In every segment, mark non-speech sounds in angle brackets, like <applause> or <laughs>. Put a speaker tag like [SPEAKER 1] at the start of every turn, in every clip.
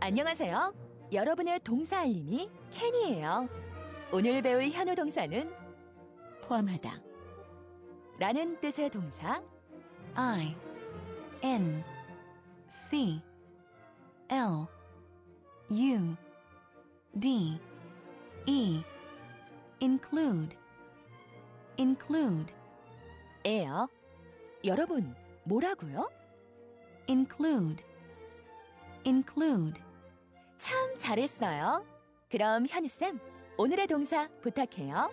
[SPEAKER 1] 안녕하세요. 여러분의 동사 알림이 캔이에요. 오늘 배울 현우 동사는
[SPEAKER 2] 포함하다.
[SPEAKER 1] 라는 뜻의 동사
[SPEAKER 2] I N C L U D E include include
[SPEAKER 1] 에요. 여러분, 뭐라고요?
[SPEAKER 2] include include
[SPEAKER 1] 참 잘했어요. 그럼 현우쌤, 오늘의 동사 부탁해요.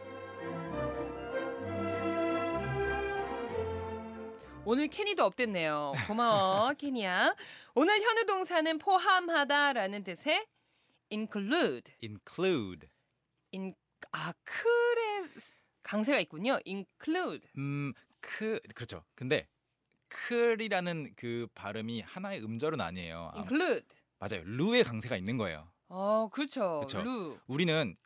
[SPEAKER 3] 오늘 케니도 업됐네요.
[SPEAKER 4] <laughs>
[SPEAKER 3] 고마워, 케니야. 오늘 현우 동사는 포함하다라는 뜻의 include.
[SPEAKER 4] include.
[SPEAKER 3] in 아, 그래 강세가 있군요. include.
[SPEAKER 4] 음, 크 그렇죠. 근데 클이라는 그 발음이 하나의 음절은 아니에요. 아,
[SPEAKER 3] include.
[SPEAKER 4] 맞아요. 루의 강세가 있는 거예요.
[SPEAKER 3] 어, 그렇죠.
[SPEAKER 4] 그쵸.
[SPEAKER 3] 루.
[SPEAKER 4] 우리는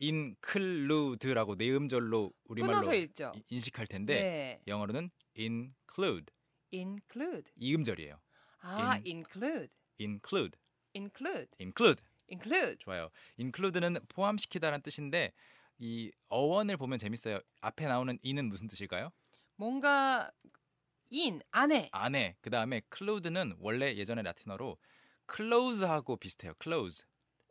[SPEAKER 4] include라고 네 음절로
[SPEAKER 3] 끊어서
[SPEAKER 4] 우리말로
[SPEAKER 3] 읽죠. 네.
[SPEAKER 4] 이- 네. 인식할 텐데 영어로는 include
[SPEAKER 3] include.
[SPEAKER 4] 이 음절이에요.
[SPEAKER 3] 아, include.
[SPEAKER 4] include,
[SPEAKER 3] include.
[SPEAKER 4] include.
[SPEAKER 3] include.
[SPEAKER 4] 좋아요. include는 포함시키다라는 뜻인데 이 어원을 보면 재밌어요. 앞에 나오는 in은 무슨 뜻일까요?
[SPEAKER 3] 뭔가 in 안에
[SPEAKER 4] 안에 그 다음에 clude는 원래 예전에 라틴어로 close하고 비슷해요. close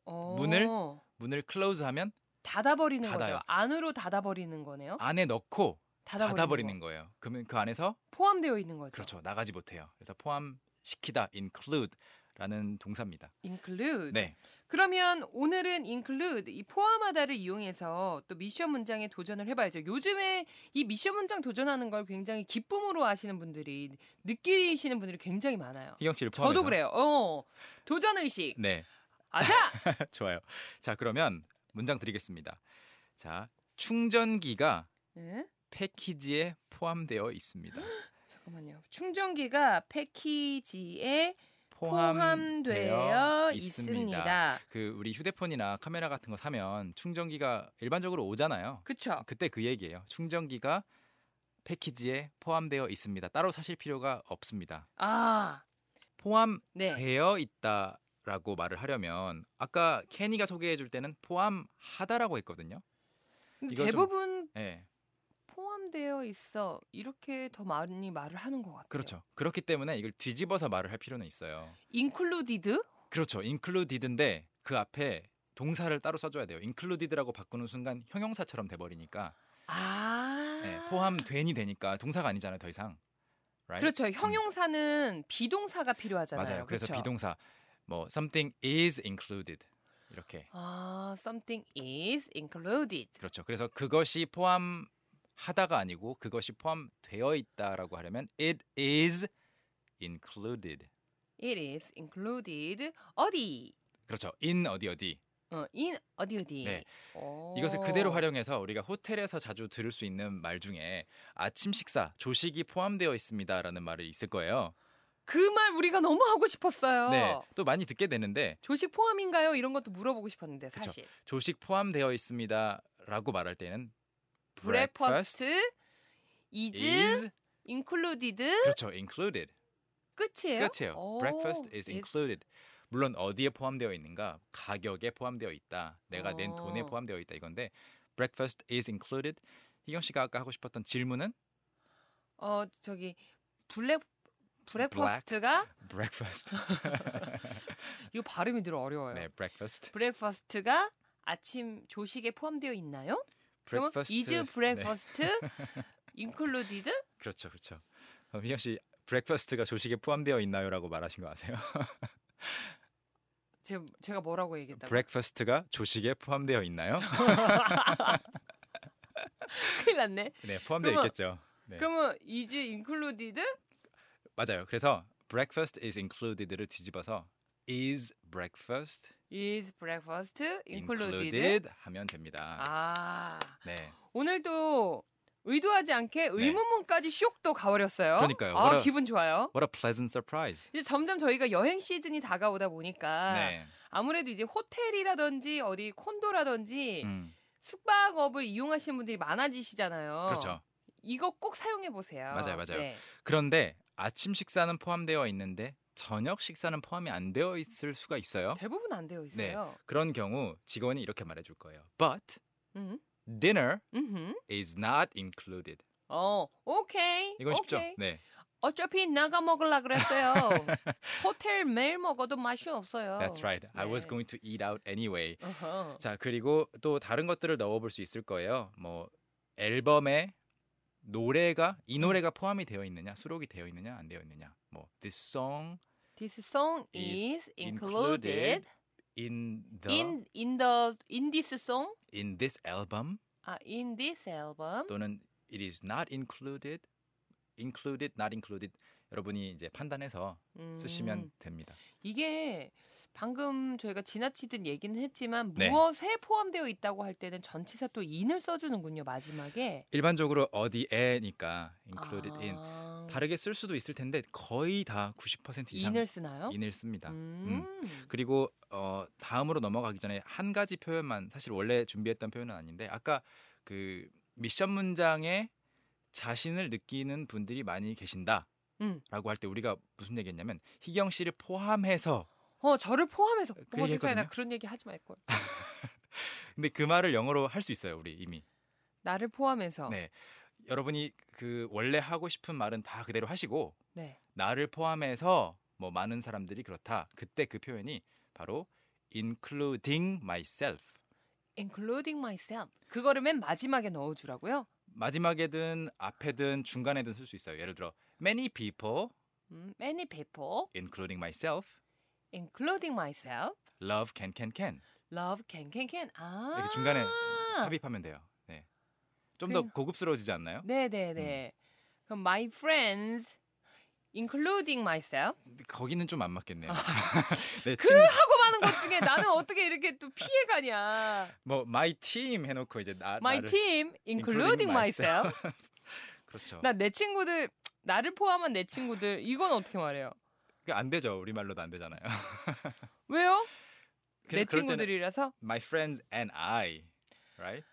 [SPEAKER 3] 어,
[SPEAKER 4] 문을 문을 close하면
[SPEAKER 3] 닫아버리는
[SPEAKER 4] 닫아요.
[SPEAKER 3] 거죠. 안으로 닫아버리는 거네요.
[SPEAKER 4] 안에 넣고
[SPEAKER 3] 닫아버리는,
[SPEAKER 4] 닫아버리는
[SPEAKER 3] 거.
[SPEAKER 4] 거예요. 그러면 그 안에서
[SPEAKER 3] 포함되어 있는 거죠.
[SPEAKER 4] 그렇죠 나가지 못해요. 그래서 포함시키다 include라는 동사입니다.
[SPEAKER 3] include.
[SPEAKER 4] 네,
[SPEAKER 3] 그러면 오늘은 include 이 포함하다를 이용해서 또 미션 문장에 도전을 해봐야죠. 요즘에 이 미션 문장 도전하는 걸 굉장히 기쁨으로 하시는 분들이 느끼시는 분들이 굉장히 많아요.
[SPEAKER 4] 희경 씨를 포함해서
[SPEAKER 3] 저도 그래요. 어, 도전 의식.
[SPEAKER 4] 네,
[SPEAKER 3] 아자.
[SPEAKER 4] <laughs> 좋아요. 자 그러면 문장 드리겠습니다. 자 충전기가
[SPEAKER 3] 네?
[SPEAKER 4] 패키지에 포함되어 있습니다.
[SPEAKER 3] 잠깐만요. 충전기가 패키지에
[SPEAKER 4] 포함되어
[SPEAKER 3] 포함되어
[SPEAKER 4] 있습니다.
[SPEAKER 3] 있습니다.
[SPEAKER 4] 그 우리 휴대폰이나 카메라 같은 거 사면 충전기가 일반적으로 오잖아요.
[SPEAKER 3] 그쵸?
[SPEAKER 4] 그때 그 얘기예요. 충전기가 패키지에 포함되어 있습니다. 따로 사실 필요가 없습니다.
[SPEAKER 3] 아,
[SPEAKER 4] 포함되어
[SPEAKER 3] 네.
[SPEAKER 4] 있다라고 말을 하려면 아까 케니가 소개해 줄 때는 포함하다라고 했거든요.
[SPEAKER 3] 근데
[SPEAKER 4] 이건 좀-
[SPEAKER 3] 대부분
[SPEAKER 4] 예.
[SPEAKER 3] 포함되어 있어 이렇게 더 많이 말을 하는 것 같아요.
[SPEAKER 4] 그렇죠. 그렇기 때문에 이걸 뒤집어서 말을 할 필요는 있어요.
[SPEAKER 3] included
[SPEAKER 4] 그렇죠. included인데 그 앞에 동사를 따로 써줘야 돼요. included라고 바꾸는 순간 형용사처럼 돼버리니까
[SPEAKER 3] 아.
[SPEAKER 4] 예, 포함된이 되니까 동사가 아니잖아요. 더 이상. Right?
[SPEAKER 3] 그렇죠. 형용사는 비동사가 필요하잖아요.
[SPEAKER 4] 맞아요. 그래서
[SPEAKER 3] 그렇죠?
[SPEAKER 4] 비동사 뭐 something is included 이렇게
[SPEAKER 3] 아, something is included.
[SPEAKER 4] 그렇죠. 그래서 그것이 포함하다가 아니고 그것이 포함되어 있다라고 하려면 it is included.
[SPEAKER 3] It is included 어디?
[SPEAKER 4] 그렇죠. in 어디 어디
[SPEAKER 3] 어, in 어디 어디.
[SPEAKER 4] 네.
[SPEAKER 3] 오.
[SPEAKER 4] 이것을 그대로 활용해서 우리가 호텔에서 자주 들을 수 있는 말 중에 아침 식사 조식이 포함되어 있습니다라는 말이 있을 거예요.
[SPEAKER 3] 그 말 우리가 너무 하고 싶었어요.
[SPEAKER 4] 네, 또 많이 듣게 되는데
[SPEAKER 3] 조식 포함인가요? 이런 것도 물어보고 싶었는데
[SPEAKER 4] 그쵸.
[SPEAKER 3] 사실.
[SPEAKER 4] 조식 포함되어 있습니다라고 말할 때는
[SPEAKER 3] breakfast is,
[SPEAKER 4] is
[SPEAKER 3] included
[SPEAKER 4] 그렇죠 included
[SPEAKER 3] 끝이에요?
[SPEAKER 4] 끝이에요.
[SPEAKER 3] 오,
[SPEAKER 4] breakfast
[SPEAKER 3] is-
[SPEAKER 4] is included. 물론 어디에 포함되어 있는가? 가격에 포함되어 있다. 내가 낸
[SPEAKER 3] 어.
[SPEAKER 4] 돈에 포함되어 있다 이건데 breakfast is included. 희경 씨가 아까 하고 싶었던 질문은
[SPEAKER 3] 어, 저기 블랙 브렉퍼스트가
[SPEAKER 4] breakfast.
[SPEAKER 3] <laughs> 이거 발음이 늘 어려워요.
[SPEAKER 4] 네, breakfast.
[SPEAKER 3] 브렉퍼스트가 아침 조식에 포함되어 있나요? 그러면
[SPEAKER 4] breakfast.
[SPEAKER 3] 이즈
[SPEAKER 4] 네, <laughs>
[SPEAKER 3] 브렉퍼스트 인클루디드?
[SPEAKER 4] 그렇죠. 그렇죠. 그럼 희경 씨 breakfast가 조식에 포함되어 있나요라고 말하신 거 아세요?
[SPEAKER 3] 제가, 제가 뭐라고 얘기했다고?
[SPEAKER 4] breakfast가 조식에 포함되어 있나요?
[SPEAKER 3] <laughs> 큰일 났네.
[SPEAKER 4] 네, 포함되어
[SPEAKER 3] 그러면-
[SPEAKER 4] 있겠죠. 네.
[SPEAKER 3] 그러면 이즈 인클루디드?
[SPEAKER 4] 맞아요. 그래서 breakfast is included를 뒤집어서 is breakfast
[SPEAKER 3] is breakfast included?
[SPEAKER 4] included 하면 됩니다.
[SPEAKER 3] 아.
[SPEAKER 4] 네.
[SPEAKER 3] 오늘도 의도하지 않게 의문문까지 쇽또 가버렸어요.
[SPEAKER 4] 그러니까요.
[SPEAKER 3] 아,
[SPEAKER 4] 뭐라-
[SPEAKER 3] 기분 좋아요.
[SPEAKER 4] What a pleasant surprise.
[SPEAKER 3] 이제 점점 저희가 여행 시즌이 다가오다 보니까
[SPEAKER 4] 네.
[SPEAKER 3] 아무래도 이제 호텔이라든지 어디 콘도라든지
[SPEAKER 4] 음,
[SPEAKER 3] 숙박업을 이용하시는 분들이 많아지시잖아요.
[SPEAKER 4] 그렇죠.
[SPEAKER 3] 이거 꼭 사용해 보세요. 네.
[SPEAKER 4] 맞아요, 맞아요. 그런데 아침 식사는 포함되어 있는데 저녁 식사는 포함이 안 되어 있을 수가 있어요. 네.
[SPEAKER 3] 대부분 안 되어 있어요.
[SPEAKER 4] 그런 경우 직원이 이렇게 말해 줄 거예요. But
[SPEAKER 3] 음,
[SPEAKER 4] dinner
[SPEAKER 3] 음흠.
[SPEAKER 4] is not included.
[SPEAKER 3] 어, 오케이.
[SPEAKER 4] 이건 쉽죠?
[SPEAKER 3] 오케이.
[SPEAKER 4] 네.
[SPEAKER 3] 어차피 나가 먹으려 그랬어요. <laughs> 호텔 매일 먹어도 맛이 없어요.
[SPEAKER 4] That's right. I was
[SPEAKER 3] 네.
[SPEAKER 4] going to eat out anyway.
[SPEAKER 3] 어허.
[SPEAKER 4] 자, 그리고 또 다른 것들을 넣어 볼 수 있을 거예요. 뭐 앨범에 노래가
[SPEAKER 3] 음.
[SPEAKER 4] 이 노래가 포함이 되어 있느냐, 수록이 되어 있느냐, 안 되어 있느냐. 뭐 this song
[SPEAKER 3] This song
[SPEAKER 4] is
[SPEAKER 3] is included
[SPEAKER 4] in the in,
[SPEAKER 3] in in the in this song.
[SPEAKER 4] this album
[SPEAKER 3] 아, in this album.
[SPEAKER 4] 또는 it is not included included not included 여러분이 이제 판단해서
[SPEAKER 3] 음,
[SPEAKER 4] 쓰시면 됩니다.
[SPEAKER 3] 이게 방금 저희가 지나치듯 얘기는 했지만
[SPEAKER 4] 네.
[SPEAKER 3] 무엇에 포함되어 있다고 할 때는 전치사 또 in을 써주는군요 마지막에.
[SPEAKER 4] 일반적으로 어디에니까 included in
[SPEAKER 3] 아,
[SPEAKER 4] 음, 다르게 쓸 수도 있을 텐데 거의 다 90% 이상
[SPEAKER 3] in을 쓰나요?
[SPEAKER 4] 인을 씁니다.
[SPEAKER 3] 음.
[SPEAKER 4] 그리고 어, 다음으로 넘어가기 전에 한 가지 표현만 사실 원래 준비했던 표현은 아닌데 아까 그 미션 문장에 자신을 느끼는 분들이 많이 계신다라고
[SPEAKER 3] 음.
[SPEAKER 4] 할 때 우리가 무슨 얘기했냐면 희경 씨를 포함해서
[SPEAKER 3] 어, 저를 포함해서
[SPEAKER 4] 그
[SPEAKER 3] 어머 세상에
[SPEAKER 4] 얘기했거든요.
[SPEAKER 3] 나 그런 얘기 하지 말 걸.
[SPEAKER 4] 근데 그 말을 영어로 할 수 있어요 우리 이미
[SPEAKER 3] 나를 포함해서.
[SPEAKER 4] 네 여러분이 그 원래 하고 싶은 말은 다 그대로 하시고
[SPEAKER 3] 네.
[SPEAKER 4] 나를 포함해서 뭐 많은 사람들이 그렇다 그때 그 표현이 바로 including myself
[SPEAKER 3] including myself. 그거를 맨 마지막에 넣어주라고요?
[SPEAKER 4] 마지막에든 앞에든 중간에든 쓸 수 있어요. 예를 들어 many people
[SPEAKER 3] 음, many people,
[SPEAKER 4] including myself
[SPEAKER 3] including myself,
[SPEAKER 4] love can can can
[SPEAKER 3] love can can can. 아
[SPEAKER 4] 이렇게 중간에 삽입하면 돼요. 네. 좀 더
[SPEAKER 3] 그래요.
[SPEAKER 4] 고급스러워지지 않나요?
[SPEAKER 3] 네네네. 그럼 my friends, including myself.
[SPEAKER 4] 거기는 좀 안 맞겠네요. <laughs> 네,
[SPEAKER 3] 아. 그
[SPEAKER 4] 친,
[SPEAKER 3] 하고 많은 것 중에 나는 어떻게 이렇게 또 피해가냐?
[SPEAKER 4] 뭐 my team 해놓고 이제 나
[SPEAKER 3] My
[SPEAKER 4] 나를
[SPEAKER 3] team, including
[SPEAKER 4] including
[SPEAKER 3] myself.
[SPEAKER 4] 그렇죠.
[SPEAKER 3] 나 내 친구들 나를 포함한 내 친구들 이건 어떻게 말해요?
[SPEAKER 4] 그안 되죠. 우리 말로도 안 되잖아요.
[SPEAKER 3] 왜요? 내
[SPEAKER 4] 그냥 그럴 때는
[SPEAKER 3] 친구들이라서
[SPEAKER 4] my friends and I, right?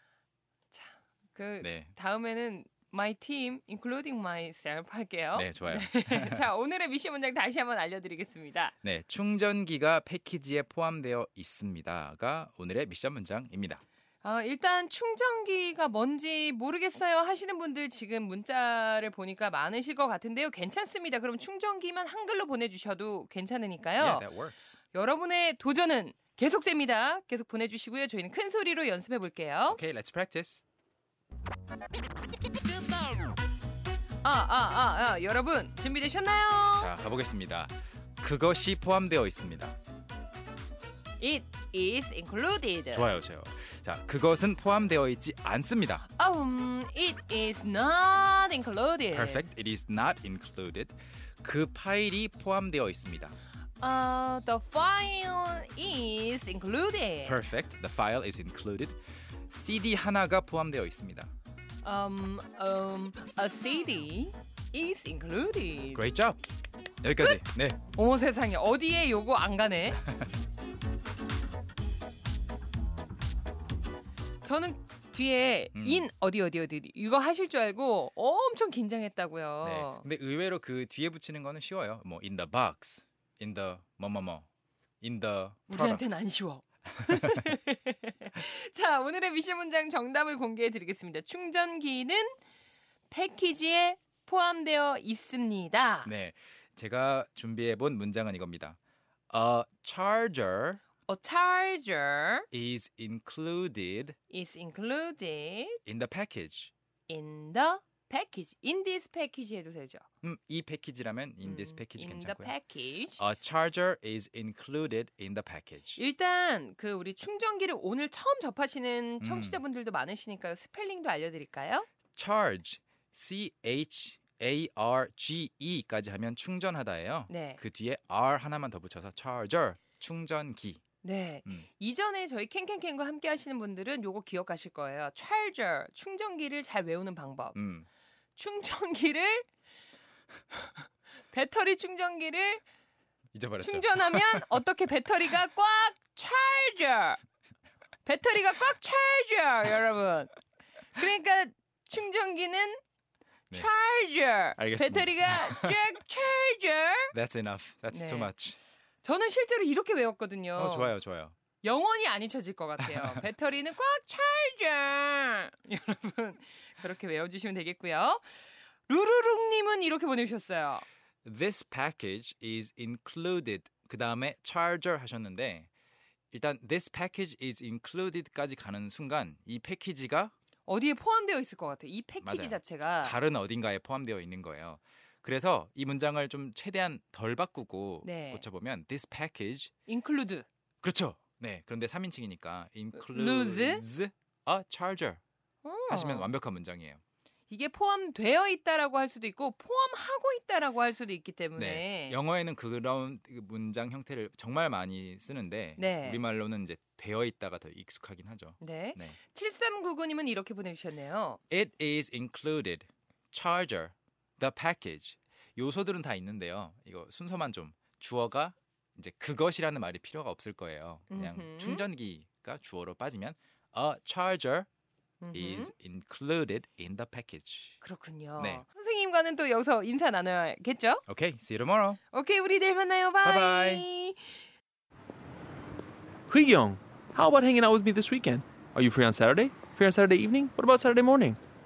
[SPEAKER 3] 그
[SPEAKER 4] 네,
[SPEAKER 3] 다음에는 my team, including myself 할게요.
[SPEAKER 4] 네 좋아요.
[SPEAKER 3] <laughs> 자, 오늘의 미션 문장 다시 한번 알려드리겠습니다.
[SPEAKER 4] 네, 충전기가 패키지에 포함되어 있습니다가 오늘의 미션 문장입니다.
[SPEAKER 3] 아, 일단 충전기가 뭔지 모르겠어요 하시는 분들 지금 문자를 보니까 많으실 것 같은데요. 괜찮습니다. 그럼 충전기만 한글로 보내주셔도 괜찮으니까요.
[SPEAKER 4] Yeah, that works.
[SPEAKER 3] 여러분의 도전은 계속됩니다. 계속 보내주시고요. 저희는 큰 소리로 연습해 볼게요.
[SPEAKER 4] Okay, let's practice.
[SPEAKER 3] 아, 아, 아, 아, 여러분 준비되셨나요?
[SPEAKER 4] 자 가보겠습니다. 그것이 포함되어 있습니다.
[SPEAKER 3] It is included.
[SPEAKER 4] 좋아요, 좋아요. 자 그것은 포함되어 있지 않습니다.
[SPEAKER 3] Um, it is not included.
[SPEAKER 4] Perfect. It is not included. 그 파일이 포함되어 있습니다.
[SPEAKER 3] Uh, the file is included.
[SPEAKER 4] Perfect. The file is included. CD 하나가 포함되어 있습니다.
[SPEAKER 3] Um, um, a CD is included.
[SPEAKER 4] Great job. 여기까지. 네.
[SPEAKER 3] 어머 세상에 어디에 요거 안
[SPEAKER 4] <laughs>
[SPEAKER 3] 가네? 저는 뒤에
[SPEAKER 4] 음.
[SPEAKER 3] 인 어디 어디 어디 이거 하실 줄 알고 엄청 긴장했다고요.
[SPEAKER 4] 네. 근데 의외로 그 뒤에 붙이는 거는 쉬워요. 뭐 in the box, in the 뭐뭐뭐, in the product.
[SPEAKER 3] 우리한테는 안
[SPEAKER 4] <laughs>
[SPEAKER 3] 쉬워. <laughs> 자, 오늘의 미션 문장 정답을 공개해 드리겠습니다. 충전기는 패키지에 포함되어 있습니다.
[SPEAKER 4] 네. 제가 준비해 본 문장은 이겁니다. A charger
[SPEAKER 3] A charger
[SPEAKER 4] is included
[SPEAKER 3] is included
[SPEAKER 4] in the package.
[SPEAKER 3] in the package. In this package 해도 되죠.
[SPEAKER 4] 음, 이 패키지라면 in this
[SPEAKER 3] 음,
[SPEAKER 4] package
[SPEAKER 3] in
[SPEAKER 4] 괜찮고요. 아.
[SPEAKER 3] the package.
[SPEAKER 4] A charger is included in the package.
[SPEAKER 3] 일단 그 우리 충전기를 오늘 처음 접하시는 청취자분들도 많으시니까요. 스펠링도 알려 드릴까요?
[SPEAKER 4] charge C H A R G E까지 하면 충전하다예요.
[SPEAKER 3] 네.
[SPEAKER 4] 그 뒤에 R 하나만 더 붙여서 charger 충전기.
[SPEAKER 3] 네.
[SPEAKER 4] 음.
[SPEAKER 3] 이전에 저희 캔캔캔과 함께 하시는 분들은 요거 기억하실 거예요. charger 충전기를 잘 외우는 방법.
[SPEAKER 4] 음.
[SPEAKER 3] 충전기를 <laughs> 배터리 충전기를
[SPEAKER 4] 잊어버렸죠.
[SPEAKER 3] 충전하면 어떻게 배터리가 꽉 charger. 배터리가 꽉 charger 여러분. 그러니까 충전기는
[SPEAKER 4] 네.
[SPEAKER 3] charger.
[SPEAKER 4] 알겠습니다.
[SPEAKER 3] 배터리가 쫙 treasure.
[SPEAKER 4] That's enough. That's
[SPEAKER 3] 네.
[SPEAKER 4] too much.
[SPEAKER 3] 저는 실제로 이렇게 외웠거든요.
[SPEAKER 4] 어, 좋아요, 좋아요.
[SPEAKER 3] 영원히 안 잊혀질 것 같아요. 배터리는 꽉 찰져. <laughs> 여러분 그렇게 외워주시면 되겠고요. 루루룽님은 이렇게 보내주셨어요.
[SPEAKER 4] This package is included. 그 다음에 charger 하셨는데 일단 this package is included까지 가는 순간 이 패키지가
[SPEAKER 3] 어디에 포함되어 있을 것 같아요. 이 패키지
[SPEAKER 4] 맞아요.
[SPEAKER 3] 자체가
[SPEAKER 4] 다른 어딘가에 포함되어 있는 거예요. 그래서 이 문장을 좀 최대한 덜 바꾸고
[SPEAKER 3] 네.
[SPEAKER 4] 고쳐보면 this package
[SPEAKER 3] include
[SPEAKER 4] 그렇죠. 네. 그런데 3인칭이니까
[SPEAKER 3] Includes?
[SPEAKER 4] includes a charger
[SPEAKER 3] 어.
[SPEAKER 4] 하시면 완벽한 문장이에요.
[SPEAKER 3] 이게 포함되어 있다라고 할 수도 있고 포함하고 있다라고 할 수도 있기 때문에
[SPEAKER 4] 네. 영어에는 그런 문장 형태를 정말 많이 쓰는데
[SPEAKER 3] 네.
[SPEAKER 4] 우리말로는 이제 되어 있다가 더 익숙하긴 하죠.
[SPEAKER 3] 네.
[SPEAKER 4] 네.
[SPEAKER 3] 7399님은 이렇게 보내주셨네요.
[SPEAKER 4] It is included. Charger, the package. 요소들은 다 있는데요. 이거 순서만 좀 주어가 이제 그것이라는 말이 필요가 없을 거예요. 그냥
[SPEAKER 3] 음흠.
[SPEAKER 4] 충전기가 주어로 빠지면 a charger
[SPEAKER 3] 음흠.
[SPEAKER 4] is included in the package.
[SPEAKER 3] 그렇군요.
[SPEAKER 4] 네.
[SPEAKER 3] 선생님과는 또 여기서 인사 나눠야겠죠?
[SPEAKER 4] Okay, see you tomorrow.
[SPEAKER 3] 오케이, 우리 내일 만나요. 바이.
[SPEAKER 4] 바이바이.
[SPEAKER 5] Young, how about hanging out with me this weekend? Are you free on Saturday? Free on Saturday evening? What about Saturday morning?